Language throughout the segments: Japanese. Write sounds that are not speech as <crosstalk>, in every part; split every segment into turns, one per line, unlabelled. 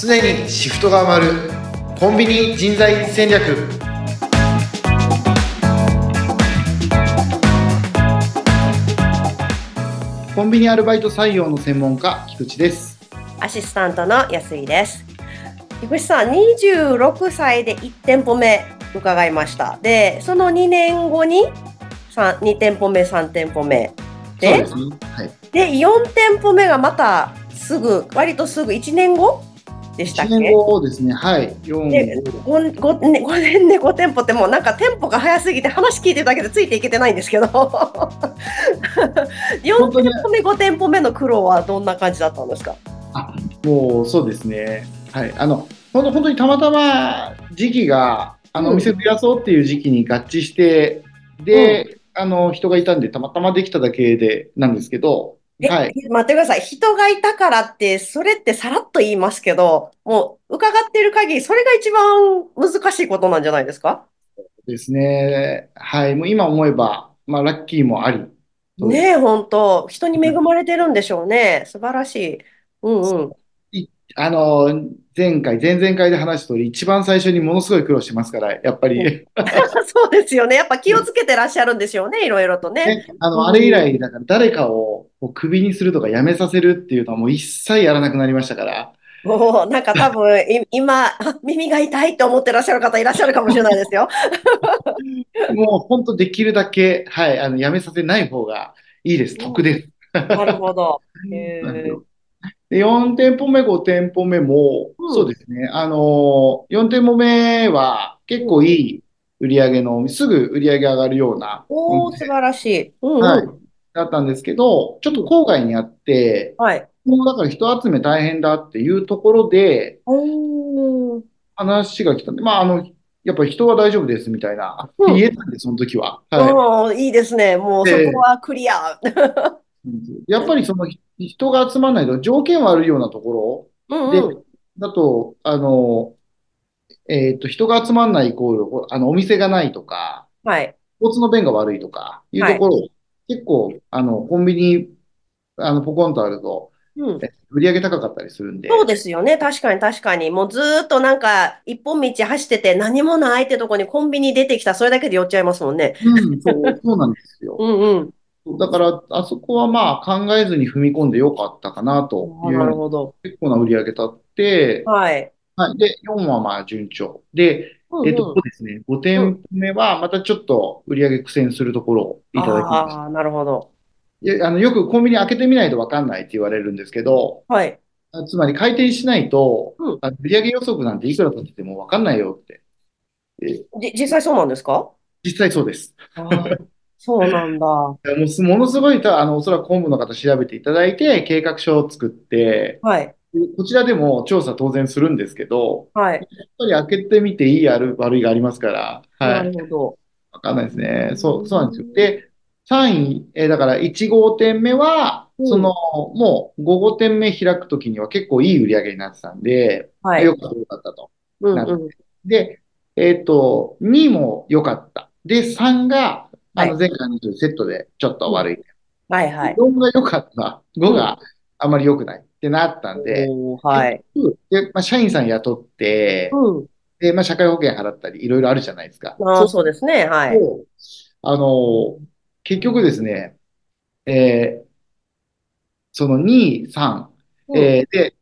常にシフトが回るコンビニ人材戦略コンビニアルバイト採用の専門家菊池です
アシスタントの安井です。菊池さん、26歳で1店舗目伺いました。で、その2年後にさん2店舗目、3店舗目。
そう
で
で、すねはい
で4店舗目がまたすぐ、割とすぐ1年後でしたっ
1
け
年後ですねはい四
で
五
5, 年5年で5店舗ってもうなんか店舗が早すぎて話聞いてるだけでついていけてないんですけ
<laughs>
ど4
本当
店
に
舗目5店舗目の苦労はどんな感じだったんですか
もうそうですねはいあの本当本当にたまたま時期があの、
うん
お店増やそうっていう時期に合致してで、あの人がいたんでたまたまできただけでなんですけど
え、
はい
待ってください。人がいたからって、それってさらっと言いますけど、もう伺っている限り、それが一番難しいことなんじゃないですか
ですねはいもう今思えばまあラッキーもありそうです
ねえ、本当人に恵まれてるんでしょうね。素晴らしい。うんうん。
あの前回前々回で話した通り一番最初にものすごい苦労してますからやっぱり、
う <laughs> そうですよね。やっぱ気をつけてらっしゃるんでしょうね。いろいろとね。
ね、 <laughs> あ
うん
の、あれ以来、だから誰かをこうクビにするとか辞めさせるっていうのはもう一切やらなくなりましたから、
もう、なんか多分、い今、あ耳が痛いと思ってらっしゃる方いらっしゃるかもしれない
<laughs>
ですよ。
もう本当できるだけ、はい、あの、辞めさせない方がいいです。得です。
なるほど。へえ
で、4店舗目、5店舗目も
うん、
そうですね。あのー、4店舗目は結構いい売り上げの、すぐ売り上げ上がるような、
おー、素晴らしい。うんうん。
はい、だったんですけど、ちょっと郊外にあって、
はい。
もうだから人集め大変だっていうところで、
おー。
話が来たんで、まあ、あの、やっぱり人は大丈夫ですみたいな、
うん
言えたんで、その時は。は
うん、いいですね。もうそ
ええ
こはクリア。
い。やっぱりそのひ人が集まらないと条件悪いようなとこ
うん
ろ
う
で、
ん。
だと、あの、えーっと、人が集まらないイコール、こうあの、お店がないとか、
はい。
交通の便が悪いとかいうところ、結構、あの、コンビニ、あの、ポコンとあると、
うん。
え売り上げ高かったりするんで、
そうですよね。確かに確かに。もうずーっとなんか一本道走ってて何もないってとこにコンビニ出てきた。それだけで寄っちゃいますもんね。
うん、そう、そうなんですよ。
うんうん。
だから、あそこはまあ、考えずに踏み込んでよかったかなと
あ
いう
なるほど。
結構な売り上げ立って、
はい。
はい、で、4はまあ順調。で、
うん
えっと、そ
うん
うですね、5店舗目はまたちょっと売り上げ苦戦するところをいただきました
ああ、なるほど。
いや。あの、よくコンビニ開けてみないとわかんないって言われるんですけど、
はい。
あつまり回転しないと
うん、
あの売り上げ予測なんていくら立ててもわかんないよって。
じ、実際そうなんですか
実際そうです。
あーそうなんだ。は
もうすものすごいた、あの、おそらく本部の方調べていただいて、計画書を作って、
い。
こちらでも調査当然するんですけど、
はい。
やっぱり開けてみていいある悪いがありますから、はい。
なるほど。
わかんないですね。そうう、
ん
そうなんですよ。で、3位、えーだから1号店目は、
うん
その、もう5号店目開くときには結構いい売り上げになってたんで、
はい。
良かった、良かったと。
うん
な
うん。
で、えっと、2も良かった。で、3が、あ
は
の、前回のセットでちょっと悪い。
はいはい。
4が良かった。5があまり良くないってなったんで、
おーはい。
で、まあ、社員さん雇って、
うん。
で、まあ、社会保険払ったり、いろいろあるじゃないですか。
あー
そう
そうですね。はい。
をあの、結局ですね、えーその2、3、
うん
えーで、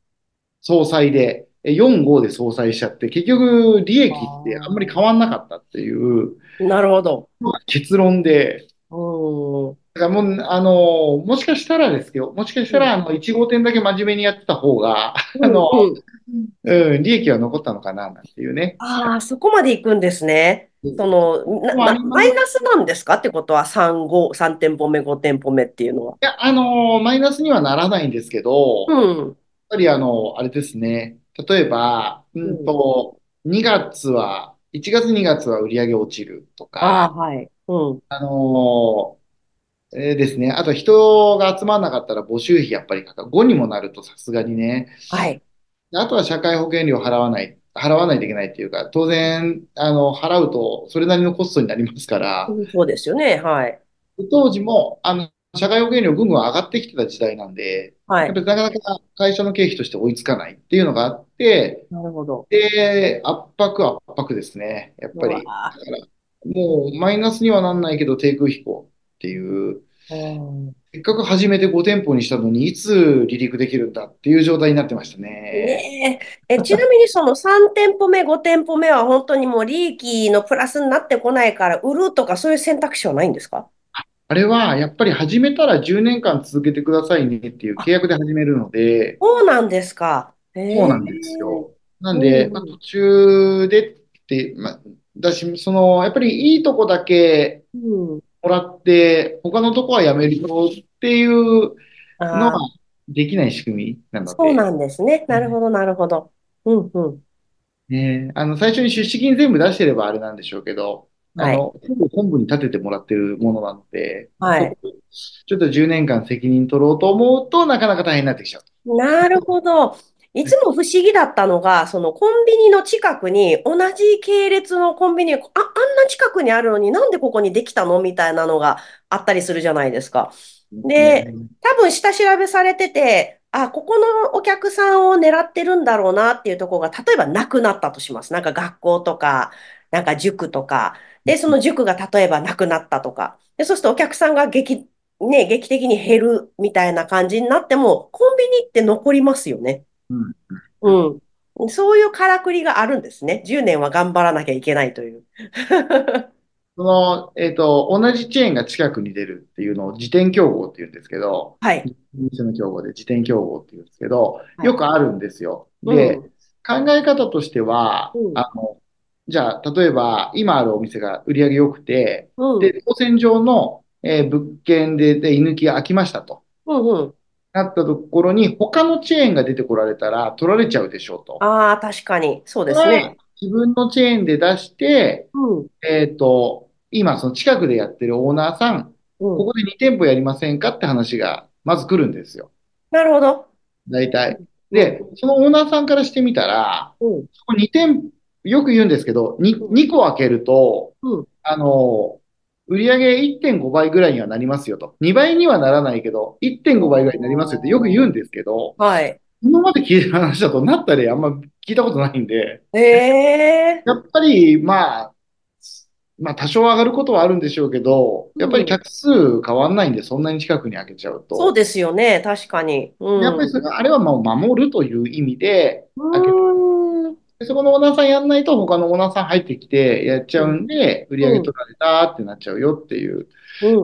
総裁で、えー4、5で総裁しちゃって、結局、利益ってあんまり変わんなかったっていう
なるほど。
結論で、
うん。
だからもう、あの、もしかしたらですけど、もしかしたら、あの、1号店だけ真面目にやってた方が、あの、
うん
うん、利益は残ったのかな、なんていうね。
ああ、そこまで行くんですね。
うん
その、な
まああ
な
ります
マイナスなんですかってことは、3、5、3店舗目、5店舗目っていうのは。
いや、あの、マイナスにはならないんですけど、
うん。
やっぱりあの、あれですね。例えば、うんと、2月は、1月2月は売り上げ落ちると
ああ、
か、
はい。うん。
あのーえーですね。あと人が集まらなかったら募集費やっぱりかかる。5にもなるとさすがにね。
はい。
であとは社会保険料払わない、払わないといけないっていうか、当然、あの、払うとそれなりのコストになりますから、
そうですよね。はい。
当時も、あの、社会保険料ぐんぐん上がってきてた時代なんで、
は
やっ
い。
ぱりなかなか会社の経費として追いつかないっていうのがあって、
なるほど。
で、圧迫圧迫ですね。やっぱり。
うわ
もうマイナスにはなんないけど、低空飛行っていう、
うん
せっかく始めて5店舗にしたのに、いつ離陸できるんだっていう状態になってましたね。
ねえ、え、ちなみにその3店舗目、5店舗目は本当にもう利益のプラスになってこないから売るとかそういう選択肢はないんですか
あれは、やっぱり始めたら10年間続けてくださいねっていう契約で始めるので、
そうなんですか。へえ
そうなんですよ。なん
う
で、
ん
まあ、途中でって、まあ、だし、その、やっぱりいいとこだけ
うん。
もらって、他のとこはやめるよっていうの
あ
はできない仕組みな
あ、
の
そう
で、
なんですね。なるほど、なるほど。うんうん。
ね、あの、最初に出資金全部出してればあれなんでしょうけど、あ
はい。
の、全部本部に立ててもらってるものなので、
はい。
ちょっと10年間責任取ろうと思うとなかなか大変になってきちゃう。
なるほど。いつも不思議だったのが、そのコンビニの近くに、同じ系列のコンビニ、あ、あんな近くにあるのになんでここにできたのみたいなのがあったりするじゃないですか。で
うん
多分下調べされてて、あ、ここのお客さんを狙ってるんだろうなっていうところが、例えばなくなったとします。なんか学校とか、なんか塾とか。で、その塾が例えばなくなったとか。で、そうするとお客さんが劇、ね、劇的に減るみたいな感じになっても、コンビニって残りますよね。
うん
うん。そういうからくりがあるんですね。10年は頑張らなきゃいけないという。
その、えっと、同じチェーンが近くに出るっていうのを自転競合って言うんですけど、
はい。
お店の競合で自転競合って言うんですけど、
い
よくあるんですよ。
うん
で、考え方としては
う、ん
あの、じゃあ、例えば、今あるお店が売り上げ良くて、
うん。
で、当選上の、えー物件で、で、居抜きが空きましたと。
うんうん。
なったところに、他のチェーンが出てこられたら取られちゃうでしょうと。
ああ、確かに。そうですね。
自分のチェーンで出して、
うん。
えっと、今、その近くでやってるオーナーさん、
うん
ここで2店舗やりませんかって話が、まず来るんですよ。
なるほど。
大体。で、そのオーナーさんからしてみたら、
うん。
そこ2店、よく言うんですけど、2, 2個開けると
うん、
あの、売上1.5倍ぐらいにはなりますよと。2倍にはならないけど、1.5倍ぐらいになりますよってよく言うんですけど、
はい。
今まで聞いた話だとなったりあんま聞いたことないんで、
ええ
やっぱり、まあ、まあ多少上がることはあるんでしょうけど、やっぱり客数変わんないんで、そんなに近くに開けちゃうと。
そうですよね。確かに。うん。
やっぱりそれがあれはもう守るという意味で、
う
開け
ーん。
でそこのオーナーさんやんないと他のオーナーさん入ってきてやっちゃうんで、売り上げ取られたってなっちゃうよっていう、
うん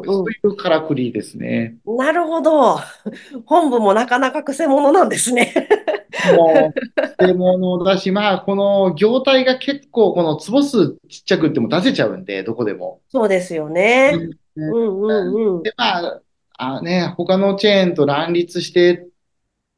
そういうからくりですね。
うん。なるほど。本部もなかなかくせ者なんですね。 <laughs>
もう、 <laughs> 捨て物だし、まあ、この業態が結構、この坪数ちっちゃくっても出せちゃうんで、どこでも。
そうですよね。うんうんうん。
で、まあ、あね、他のチェーンと乱立して、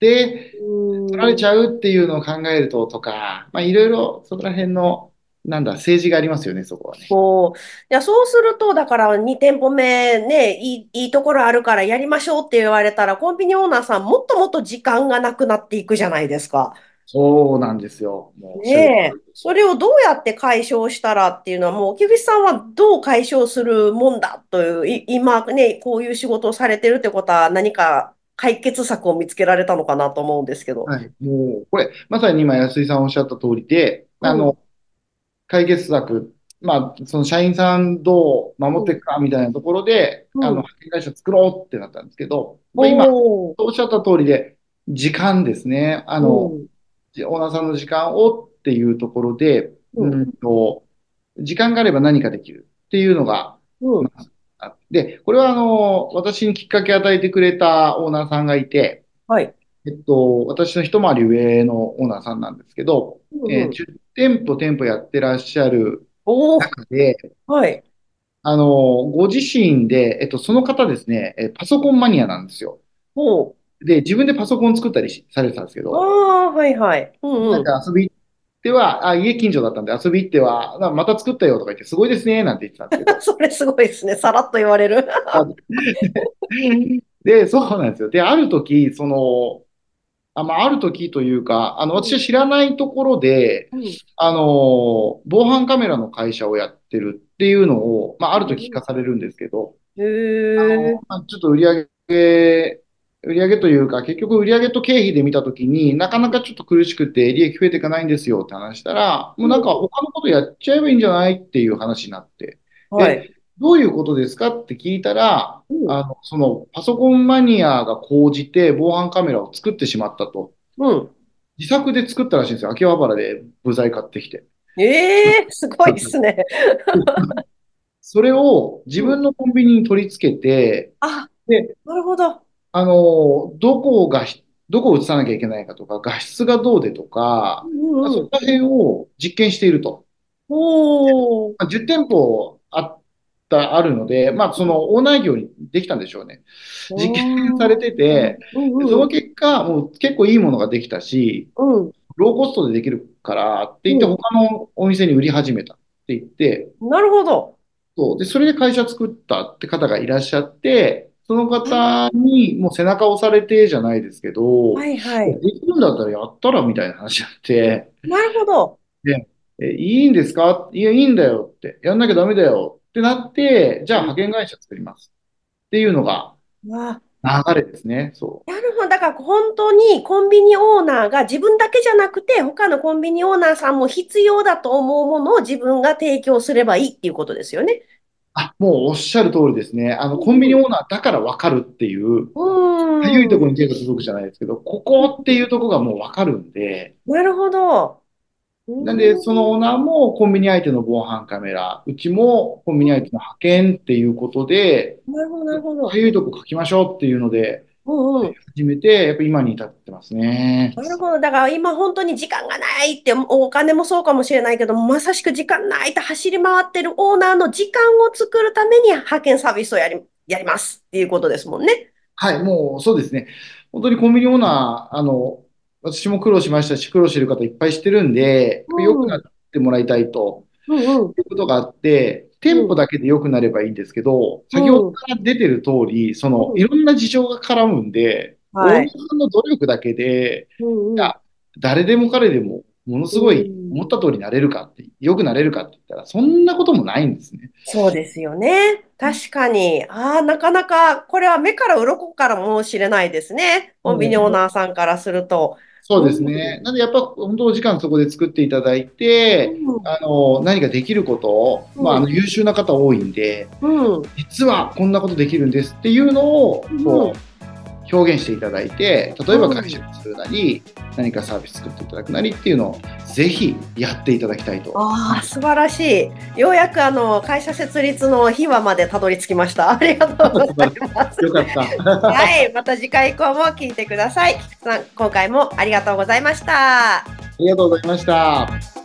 で、
取
取られち
ゃ
ゃうっていうのを考えると、とか、まあ、いろいろそこら辺の、なんだ、政治がありますよね、そこはね。
こう。いや、そうすると、だから2店舗目ね、いい、いいところあるからやりましょうって言われたら、コンビニオーナーさんもっともっと時間がなくなっていくじゃないですか。
そうなんですよ。もう、
ねえ、それをどうやって解消したらっていうのは、もう木口さんはどう解消するもんだという、い今ね、こういう仕事をされてるってことは、何か解決策を見つけられたのかなと思うんですけど。
はい、もう、これ、まさに今、安井さんおっしゃった通りで、
うん
あの、解決策、まあ、その社員さんどう守っていくかみたいなところで、
うん
あの、派遣会社作ろうってなったんですけど、まあ今、
おー
おっしゃった通りで、時間ですね。あの、
うん
オーナーさんの時間をっていうところで、
うん
うんと、時間があれば何かできるっていうのが
うん
あって、これは、あの、私にきっかけ与えてくれたオーナーさんがいて、
はい。
えっと、私の一回り上のオーナーさんなんですけど、
うん
えー10店舗店舗やってらっしゃる
おー
中で、
はい。
あの、ご自身で、えっと、その方ですね、えーパソコンマニアなんですよ。
おー
で、自分でパソコン作ったりしされてたんですけ
あ
ど、
あ、はいはい。うんうん。
なんか遊び行っては、あ、家近所だったんで遊び行っては、なまた作ったよとか言って、すごいですね、なんて言ってたんですけど、
<laughs> それすごいですね。さらっと言われる。 <laughs>
で、そうなんですよ。で、ある時、その、あ、まあ、ある時というか、あの、私は知らないところで、あの、防犯カメラの会社をやってるっていうのを、まあ、ある時聞かされるんですけど、
へ
あ
え。
の、まあちょっと売り上げ、売り上げというか、結局売り上げと経費で見たときになかなかちょっと苦しくて利益増えていかないんですよって話したら、もうなんか他のことやっちゃえばいいんじゃないっていう話になって、
はい。
どういうことですかって聞いたら、
うん
あの、そのパソコンマニアが高じて防犯カメラを作ってしまったと。
うん。
自作で作ったらしいんですよ。秋葉原で部材買ってきて。
ええすごいですね。
それを自分のコンビニに取り付けて、
あ、
で
なるほど。
あの、どこが、どこを映さなきゃいけないかとか、画質がどうでとか、
うんう
そこ。
ん
ら辺を実験していると。
おお。
まあ10店舗あった、あるので、まあ、そのオーナー業にできたんでしょうね。実験されてて、
うん
その結果、もう結構いいものができたし、
うん。
ローコストでできるからって言って、
うん
他のお店に売り始めたって言って、
うん。なるほど。
そう。で、それで会社作ったって方がいらっしゃって、その方にもう背中を押されてじゃないですけど、
はいはい。
できるんだったらやったらみたいな話になって、
なるほど。
え、いいんですかいや、いいんだよって、やんなきゃダメだよってなって、じゃあ派遣会社作ります。っていうのが
わあ
流れですね。そ
なるほど。だから本当にコンビニオーナーが自分だけじゃなくて、他のコンビニオーナーさんも必要だと思うものを自分が提供すればいいっていうことですよね。
う。あ、もうおっしゃる通りですね。あの、コンビニオーナーだからわかるっていう、
うーん。
かゆいところに手が届くじゃないですけど、ここっていうところがもうわかるんで、
なるほど。
なんで、そのオーナーもコンビニ相手の防犯カメラ、うちもコンビニ相手の派遣っていうことで、
なるほど、なるほど
か。ゆいとこ書きましょうっていうので、
うんうん。
始めて、やっぱ今に至ってますね。
なるほど。だから今本当に時間がないって、お金もそうかもしれないけど、まさしく時間ないって走り回ってるオーナーの時間を作るために派遣サービスをやり、やりますっていうことですもんね。
はい、もうそうですね。本当にコンビニオーナー、あの、私も苦労しましたし、苦労してる方いっぱいしてるんで、
うん
良くなってもらいたいと
うんうん。
いうことがあって、店舗だけで良くなればいいんですけど、先ほどから出てる通り、その、
うん
いろんな事情が絡むんで、オーナ
は
ー
い。
さんの努力だけで、
うんうん。
いや誰でも彼でも、ものすごい
うん
思った通りになれるかって、良くなれるかって言ったら、そんなこともないんですね。
そうですよね。確かに。ああ、なかなか、これは目から鱗からもしれないですね。コンビニオーナーさんからすると。
そうですね。なんで、やっぱ、本当お時間そこで作っていただいて、あの、何かできることを、
うん
まあ、あの優秀な方多いんで、
うん。うん。
実はこんなことできるんですっていうのを、
うん
こう、表現していただいて、例え
う
ば
ん
会社にするなり、何かサービス作っていただくなりっていうのを、ぜひやっていただきたいと。
ああ、素晴らしい。ようやくあの会社設立の秘話までたどり着きました。ありがとうございます。
よかった。
はい、また次回以降も聞いてください。菊池さん、今回もありがとうございました。
ありがとうございました。